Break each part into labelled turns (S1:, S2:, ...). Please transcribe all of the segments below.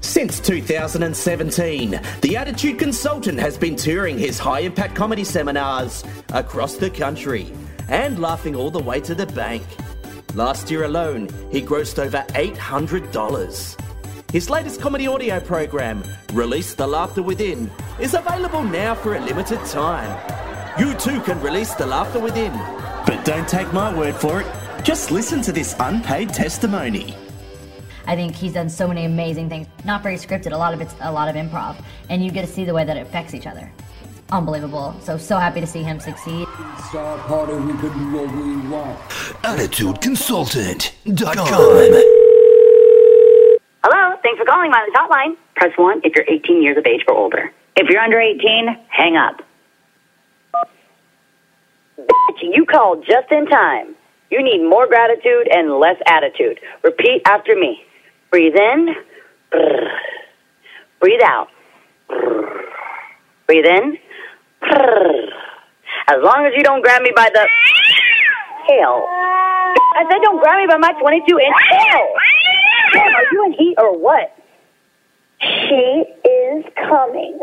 S1: Since 2017, the Attitude Consultant has been touring his high impact comedy seminars across the country and laughing all the way to the bank. Last year alone, he grossed over $800. His latest comedy audio program, Release the Laughter Within, is available now for a limited time. You too can release the laughter within. But don't take my word for it. Just listen to this unpaid testimony.
S2: I think he's done so many amazing things. Not very scripted. A lot of it's a lot of improv, and you get to see the way that it affects each other. Unbelievable. So so happy to see him succeed.
S3: Start harder, we can do what we want.
S4: AttitudeConsultant.com.
S5: Hello, thanks for calling Mileage Hotline. Press 1 if you're 18 years of age or older. If you're under 18, hang up. Bitch, you called just in time. You need more gratitude and less attitude. Repeat after me. Breathe in. Brrr. Breathe out. Brrr. Breathe in. Brrr. As long as you don't grab me by the tail. I said don't grab me by my 22 inch tail. Damn, are you in heat or what?
S6: She is coming.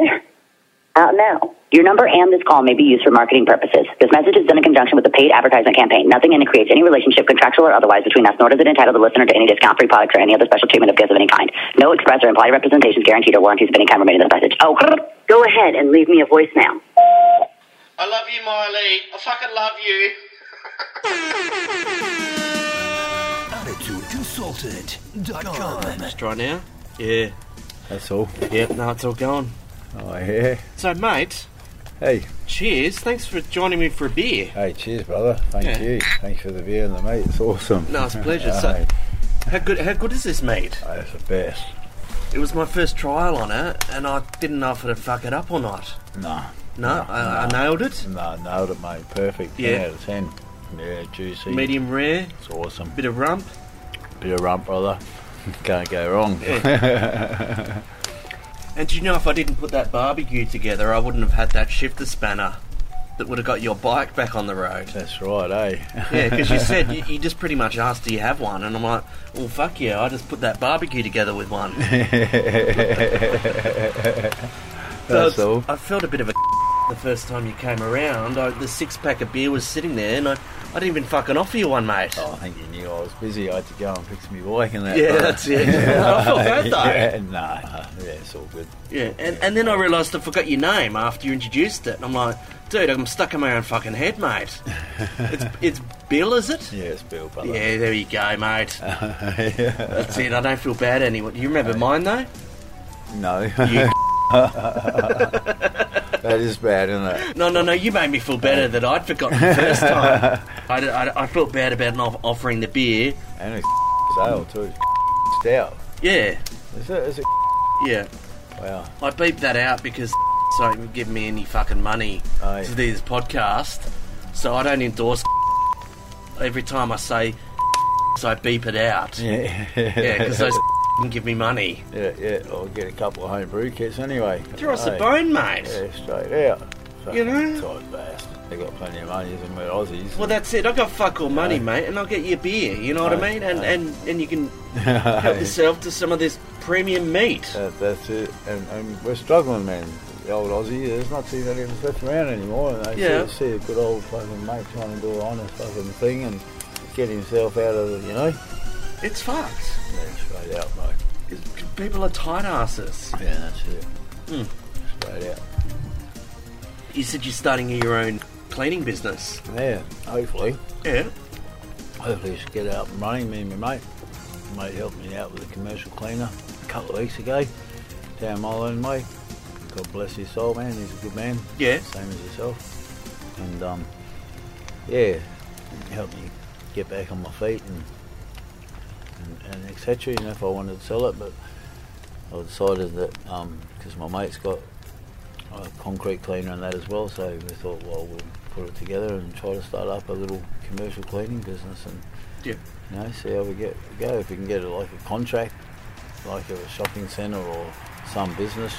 S5: Out now. Your number and this call may be used for marketing purposes. This message is done in conjunction with a paid advertisement campaign. Nothing in it creates any relationship, contractual or otherwise, between us, nor does it entitle the listener to any discount, free products, or any other special treatment of gifts of any kind. No express or implied representations, guaranteed, or warranties of any kind remain in this message. Oh, go ahead and leave me a voicemail.
S7: I love you, Miley. I fucking love you.
S4: AttitudeConsultant.com.
S7: Right now? Yeah.
S8: That's all.
S7: Yep, no, it's all gone.
S8: Oh, yeah.
S7: So, mate,
S8: Hey,
S7: cheers. Thanks for joining me for a beer.
S8: hey, cheers, brother. Thank
S7: Yeah.
S8: you. Thanks for the beer and the mate. It's awesome.
S7: No, it's a pleasure. So,
S8: Aye,
S7: how good how good is this, mate?
S8: that's the best.
S7: It was my first trial on it, and I didn't know if it'd fuck it up or not.
S8: Nah,
S7: No, I, I nailed it.
S8: nah, nailed it, mate. Perfect. 10
S7: Yeah.
S8: out of 10. Yeah, juicy.
S7: Medium rare,
S8: It's awesome.
S7: bit of rump.
S8: Bit of rump, brother. Can't go wrong.
S7: And do you know if I didn't put that barbecue together, I wouldn't have had that shifter spanner that would have got your bike back on the road.
S8: That's right, eh?
S7: Yeah, because you said you, you just pretty much asked, "Do you have one?" And I'm like, "Well, fuck yeah, I just put that barbecue together with one." So
S8: That's
S7: it's-
S8: all.
S7: I felt a bit of a the first time you came around. I, the six pack of beer was sitting there, and I, I didn't even fucking offer you one, mate.
S8: Oh, I think you knew I was busy. I had to go and fix me bike and that.
S7: yeah,
S8: brother.
S7: that's it. I felt bad though. Yeah,
S8: Yeah, nah, nah, yeah, it's all good.
S7: And, and then I realised I forgot your name after you introduced it, and I'm like, "Dude, I'm stuck in my own fucking head, mate." It's it's Bill, is it?
S8: Yeah, it's Bill, brother.
S7: Yeah, there you go, mate.
S8: Yeah.
S7: That's it. I don't feel bad anymore. You remember mine though?
S8: no,
S7: You
S8: that is bad, isn't it?
S7: No, no, no, you made me feel better that I'd forgotten the first time. I, I- I felt bad about not offering the beer.
S8: And it's ale too. Stout.
S7: Yeah,
S8: Is it? Is it?
S7: yeah.
S8: Wow.
S7: I beeped that out because so it would give me any fucking money
S8: Aye.
S7: to do this podcast. So I don't endorse Every time I say so I beep it out. Yeah,
S8: Yeah.
S7: because those can give me money.
S8: yeah, yeah. I'll get a couple of home brew kits anyway.
S7: Throw us a
S8: Hey.
S7: bone, mate.
S8: Yeah, straight out.
S7: You know?
S8: Tight bastard. They got plenty of money, isn't it? Aussies.
S7: Well, that's it. I got fuck all money, mate, and I'll get you a beer. You know what I
S8: Aye,
S7: mean? And,
S8: aye.
S7: and and you can help yourself to some of this premium meat.
S8: That, that's it. And, and we're struggling, man. The old Aussie, there's not too many of us left around anymore. And they
S7: Yeah.
S8: see, see a good old fucking mate trying to do an honest fucking thing and get himself out of it, you know?
S7: It's fucked.
S8: Yeah, straight out, mate.
S7: People are tight asses.
S8: Yeah, that's it.
S7: Hmm.
S8: Straight out.
S7: You said you're starting your own cleaning business.
S8: Yeah, hopefully.
S7: Yeah.
S8: Hopefully, just get out and running. Me and my mate, my mate helped me out with a commercial cleaner a couple of weeks ago down Moreland Way. God bless his soul, man. He's a good man.
S7: Yeah.
S8: Same as yourself. And, um, yeah, he helped me get back on my feet and, and, and etc. You know, if I wanted to sell it, but I decided that, because my mate's got a concrete cleaner and that as well, so we thought, well, we'll put it together and try to start up a little commercial cleaning business and
S7: Yeah.
S8: you know, see how we get go. If we can get a, like a contract, like at a shopping centre or some business,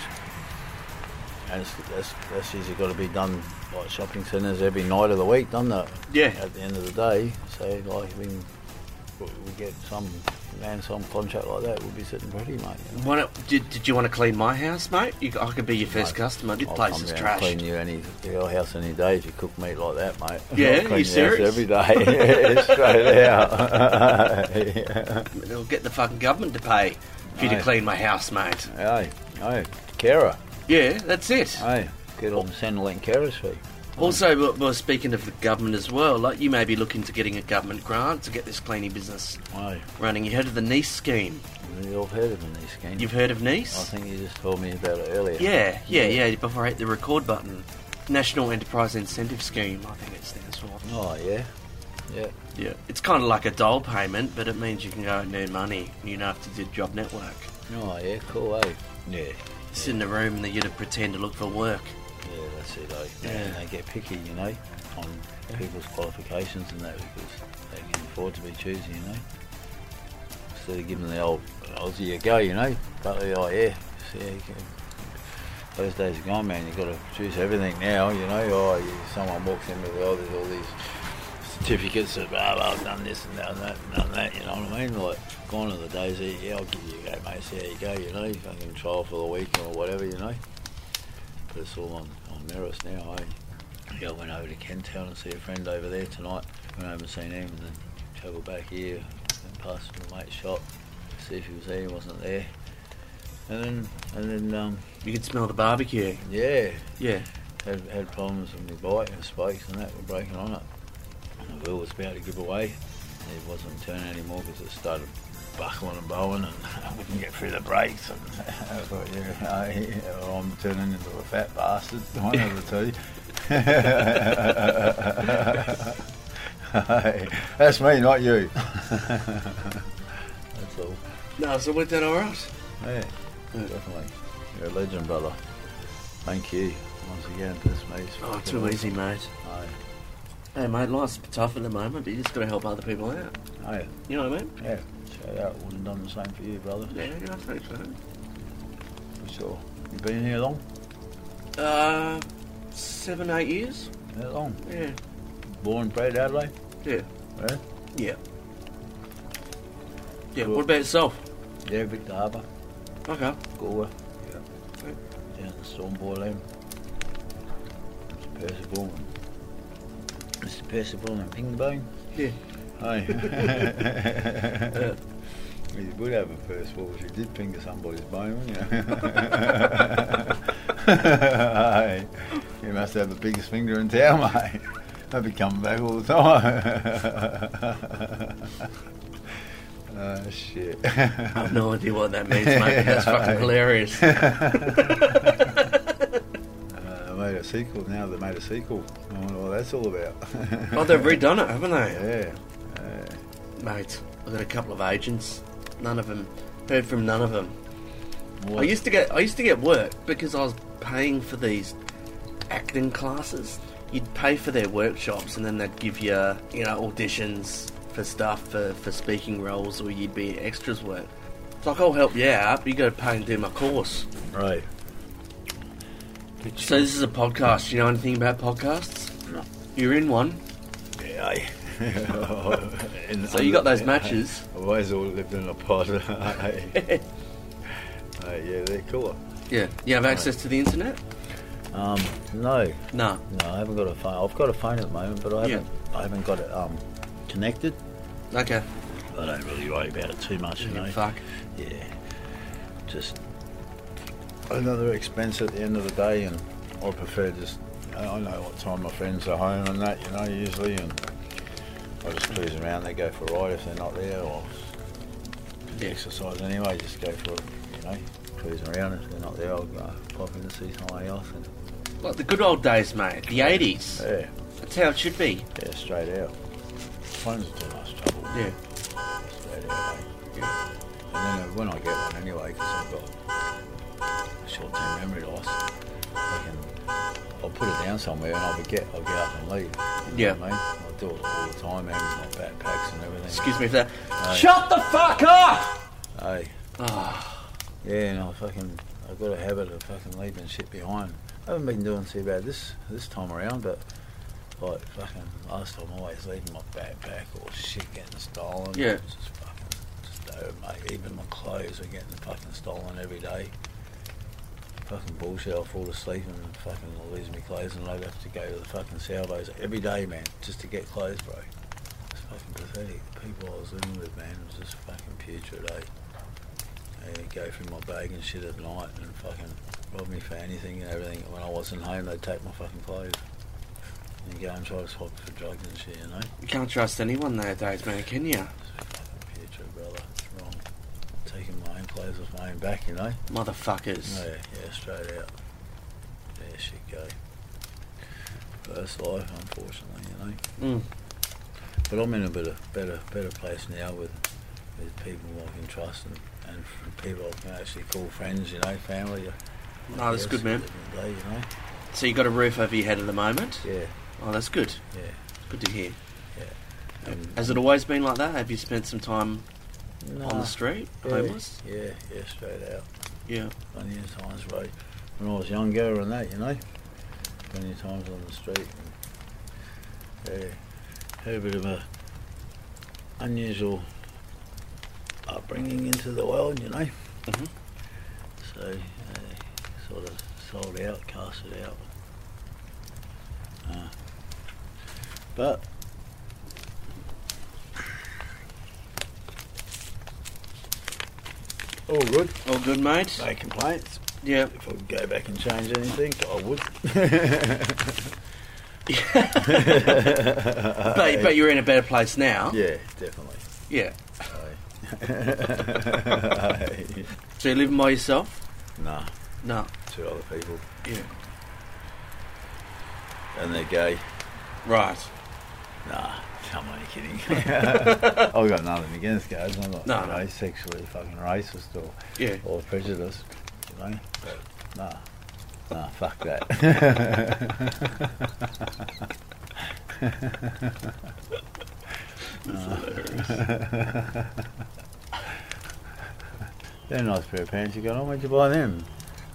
S8: and it's, that's that's usually got to be done like shopping centres every night of the week, doesn't it?
S7: Yeah.
S8: At the end of the day, so like we can we we get some land, some contract like that, we'll be sitting pretty, mate. you know.
S7: Why not, did, did you want to clean my house, mate? You, I could be your first
S8: Mate,
S7: customer. This
S8: I'll
S7: place
S8: come
S7: is
S8: down
S7: trash.
S8: and Clean you any your house any day if you cook meat like that, mate.
S7: Yeah,
S8: I'll
S7: you
S8: clean your house
S7: serious?
S8: Every day, straight out. yeah.
S7: It'll get the fucking government to pay for you to
S8: Aye.
S7: clean my house, mate.
S8: Aye, aye, Kara,
S7: Yeah, that's it.
S8: aye, get
S7: Oh.
S8: on Centrelink Kara's fee.
S7: Also, we we're speaking of the government as well. Like, you may be looking to getting a government grant to get this cleaning business
S8: Aye,
S7: running. You heard of the Nice scheme?
S8: you've heard of these schemes.
S7: You've heard of Nice?
S8: I think you just told me about it earlier.
S7: Yeah, yeah, yeah. Before I hit the record button, National Enterprise Incentive Scheme. I think it stands for.
S8: Oh yeah, yeah.
S7: Yeah, it's kind of like a dole payment, but it means you can go out and earn money. and You don't have to do job network.
S8: Oh yeah, cool, eh? Yeah, yeah,
S7: Sit in a room and then you to pretend to look for work.
S8: that's it, eh?
S7: Yeah.
S8: And they get picky, you know, on people's qualifications and that because they can afford to be choosy, you know. Instead of giving the old Aussie a go, you know, but they oh yeah, see, you can, those days are gone, man. You've got to choose everything now, you know. Oh, you, someone walks in with oh, there's all these certificates of blah blah, done this and that and that and done that. You know what I mean? Like gone are the days. That, yeah, I'll give you a go, mate. See how you go. You know, fucking trial for the week or whatever. You know, but it's all on on merits now. Eh? Yeah, I went over to Kentown and see a friend over there tonight. Went over and seen him and then travelled back here and passed my mate's shop. See if he was there, he wasn't there. And then, and then, um,
S7: You can smell the barbecue.
S8: yeah,
S7: Yeah,
S8: had, had problems with my bike and spokes and that were breaking on it. And the wheel was about to give away. It wasn't turning anymore because it started buckling and bowing and I wouldn't get through the brakes. And I thought, yeah, I, I'm turning into a fat bastard, one of the two. That's me, not you. That's all.
S7: No, so we're done all right.
S8: Yeah, definitely. You're a legend, brother. Thank you once again. This mate.
S7: Oh, too easy, mate.
S8: Aye.
S7: Hey, mate, life's tough at the moment, but you just got to help other people out.
S8: Aye.
S7: You know what I mean?
S8: Yeah. Shout out. Would have done the same for you, brother.
S7: Yeah, yeah, I think so.
S8: For sure. You been here long?
S7: Uh, seven, eight years.
S8: That long?
S7: Yeah,
S8: Born and bred Adelaide?
S7: yeah,
S8: Yeah.
S7: yeah. Yeah.
S8: Cool.
S7: What about yourself?
S8: Yeah, Victor Harbour.
S7: Okay.
S8: Gore.
S7: Yeah.
S8: Down the Stormboy Lane. Mr. Percy Ballman. Mr. Percy Ballman Ping Bone.
S7: Yeah.
S8: Aye.
S7: Uh,
S8: You would have a purse war if you did finger somebody's bone, wouldn't you? Aye. you must have the biggest finger in town, mate. I'd be coming back all the time. oh, shit.
S7: I have no idea what that means, mate. but That's fucking hilarious.
S8: Uh, they made a sequel, now they made a sequel. I wonder what that's all about.
S7: Oh, they've redone it, haven't they?
S8: yeah. yeah.
S7: Mate, I've got a couple of agents. None of them. Heard from none of them. I
S8: What-
S7: used to get I used to get work because I was paying for these acting classes. You'd pay for their workshops and then they'd give you, you know, auditions for stuff for, for speaking roles or you'd be extras work. It's like I'll help you out, but you gotta pay and do my course.
S8: Right.
S7: So this is a podcast, you know anything about podcasts?
S8: No.
S7: You're in one.
S8: Yeah, aye. And
S7: So you got those
S8: I-
S7: matches.
S8: I've always all lived in a pod. aye. Aye, yeah, they're cooler.
S7: Yeah. You have access to the internet?
S8: Um, no,
S7: No.
S8: no, I haven't got a phone. I've got a phone at the moment, but I
S7: Yeah.
S8: haven't, I haven't got it um, connected.
S7: Okay.
S8: I don't really worry about it too much, you know.
S7: Fuck.
S8: Yeah, just another expense at the end of the day, and I prefer just. I I know what time my friends are home and that, you know, usually, and I just cruise around. They go for a ride if they're not there, or
S7: Yeah.
S8: exercise anyway. Just go for, you know, cruise around. If they're not there, I'll go pop in and see somebody else. And,
S7: Like the good old days, mate. The 80s.
S8: yeah,
S7: That's how it should be.
S8: yeah, straight out. Phones are too much trouble.
S7: Yeah.
S8: Straight out. mate. And then uh, when I get one anyway, because I've got short-term memory loss, I can, I'll put it down somewhere and I'll forget. I'll get up and leave. You
S7: Yeah.
S8: know what I mean? I do it all the time, man. with My backpacks and everything.
S7: Excuse me for that.
S1: Shut the fuck up!
S8: Hey. Ah. Yeah, and I fucking, I've got a habit of fucking leaving shit behind. I haven't been doing too bad this this time around, but Like fucking last time, always leaving my backpack or shit getting stolen.
S7: Yeah.
S8: It's just fucking, just no, mate. Even my clothes are getting fucking stolen every day. Fucking bullshit. I'll fall asleep and fucking I'll lose my clothes and I'd have to go to the fucking salvos every day, man, just to get clothes, bro. It's fucking pathetic. The people I was living with, man, was just fucking putrid, eh? They'd go through my bag and shit at night and fucking rob me for anything and everything. When I wasn't home, they'd take my fucking clothes and go and try to swap for drugs and shit, you know?
S7: You can't trust anyone nowadays, man, can you?
S8: It's fucking putrid, brother. It's wrong. Taking my own clothes off my own back, you know? Oh,
S7: Motherfuckers.
S8: Yeah, yeah, straight out. There she go. First life, unfortunately, you know.
S7: Mm.
S8: But I'm in a bit of better, better place now with with people I can trust and, and f- people I can actually call friends, you know, family.
S7: No, Oh, that's good, man.
S8: Day, you know?
S7: So you got a roof over your head at the moment?
S8: Yeah,
S7: Oh, that's good.
S8: yeah.
S7: Good to hear.
S8: And
S7: Has it always been like that? Have you spent some time on
S8: nah,
S7: the street,
S8: Ah, yeah,
S7: homeless?
S8: Yeah, yeah, straight out.
S7: Yeah.
S8: plenty of times, right? When I was younger and that, you know, plenty of times on the street. And, yeah, had a bit of a unusual upbringing into the world, you know.
S7: Mhm.
S8: So, uh, sort of sold out, cast it out. Uh, but all good,
S7: All good, mate?
S8: no complaints.
S7: Yeah.
S8: If I could go back and change anything, I would.
S7: But, but you're in a better place now.
S8: yeah, definitely.
S7: Yeah.
S8: Aye.
S7: So you're living by yourself?
S8: nah,
S7: No.
S8: two other people,
S7: Yeah.
S8: and they're gay.
S7: Right.
S8: Nah, I'm only kidding. I've got nothing against gays. I'm not
S7: No,
S8: you
S7: no.
S8: know, sexually fucking racist or,
S7: Yeah.
S8: or prejudiced, you know. But nah, nah, fuck that. They're a nice pair of pants you got on. Where'd you buy them?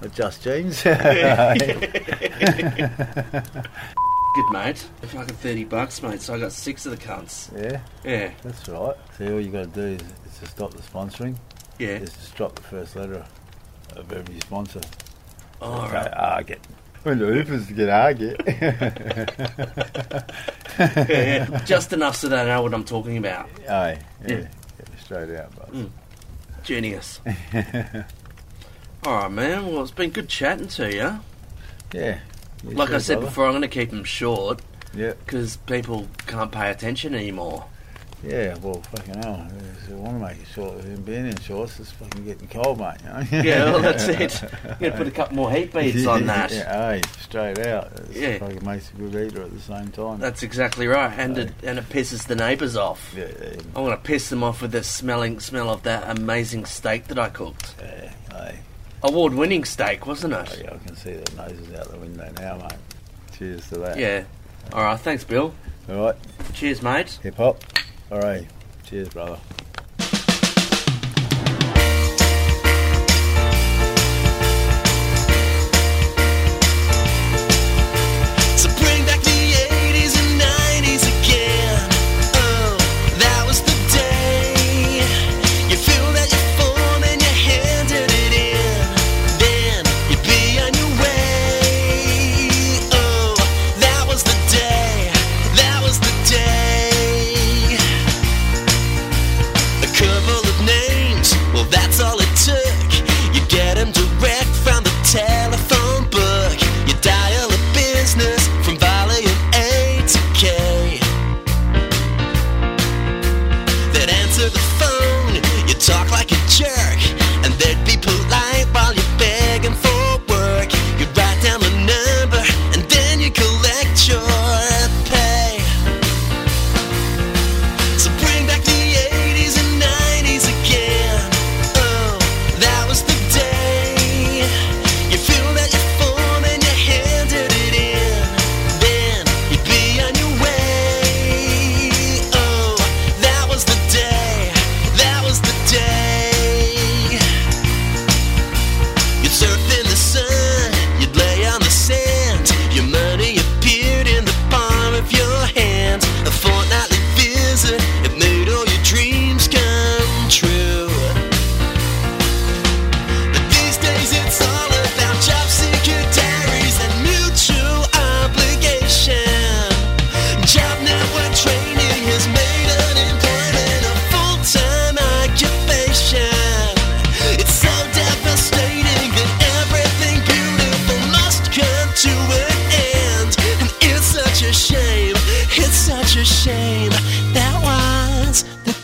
S8: With just jeans.
S7: Good, mate. Fucking 30 bucks, mate. So I got six of the cunts.
S8: yeah,
S7: Yeah.
S8: that's right. See, all you got to do is, is to stop the sponsoring.
S7: Yeah.
S8: Is just drop the first letter of every sponsor.
S7: All
S8: Okay,
S7: right.
S8: Argit. Well, the hoofers get Argit.
S7: Yeah, yeah. Just enough so that I know what I'm talking about.
S8: Aye, yeah.
S7: Yeah.
S8: yeah, Straight out, bud.
S7: Mm. Genius. Mm. All right, man. Well, it's been good chatting to you.
S8: Yeah. You
S7: Like
S8: too,
S7: I said
S8: brother.
S7: before, I'm going to keep them short
S8: Yeah,
S7: because people can't pay attention anymore.
S8: yeah, well, fucking hell. I want to make it short with him being in shorts. It's fucking getting cold, mate, you know?
S7: Yeah, well, that's it. I'm going to put a couple more heat beads on that.
S8: Yeah, aye, straight out. It's
S7: Yeah.
S8: Fucking makes a good eater at the same time.
S7: That's exactly right, and it and it pisses the neighbours off.
S8: yeah, yeah,
S7: I want to piss them off with the smelling smell of that amazing steak that I cooked.
S8: yeah, aye.
S7: Award-winning steak, wasn't
S8: Oh,
S7: it?
S8: yeah, I can see the noses out the window now, mate. Cheers to that.
S7: Yeah. All right, thanks, Bill.
S8: All right,
S7: Cheers, mate.
S8: hip hop. All right. Cheers, brother.
S4: So bring back the 80s and 90s again. Oh, that was the day. You filled out your form and you handed it in. Then you'd be on your way. Oh, that was the day. That was the day. oh, Oh,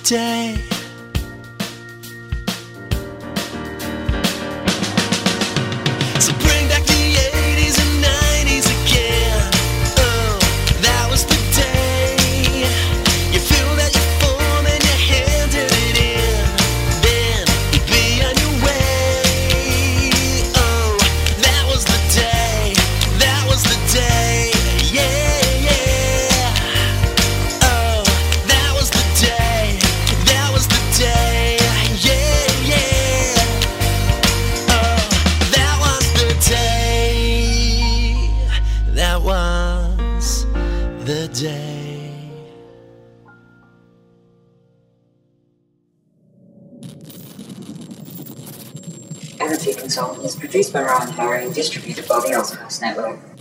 S4: today. So bring back the 80s and 90s again. Oh, that was the day. You feel that you form and you handed it in. Then you'd be on your way. Oh, that was the day. That was the day. Yeah, yeah. Oh, that was the day. That was the day. Yeah, yeah. Oh, that was the day. That was the day.
S9: Attitude Consultant is produced by Ryan Barry and distributed by the Oscars Network.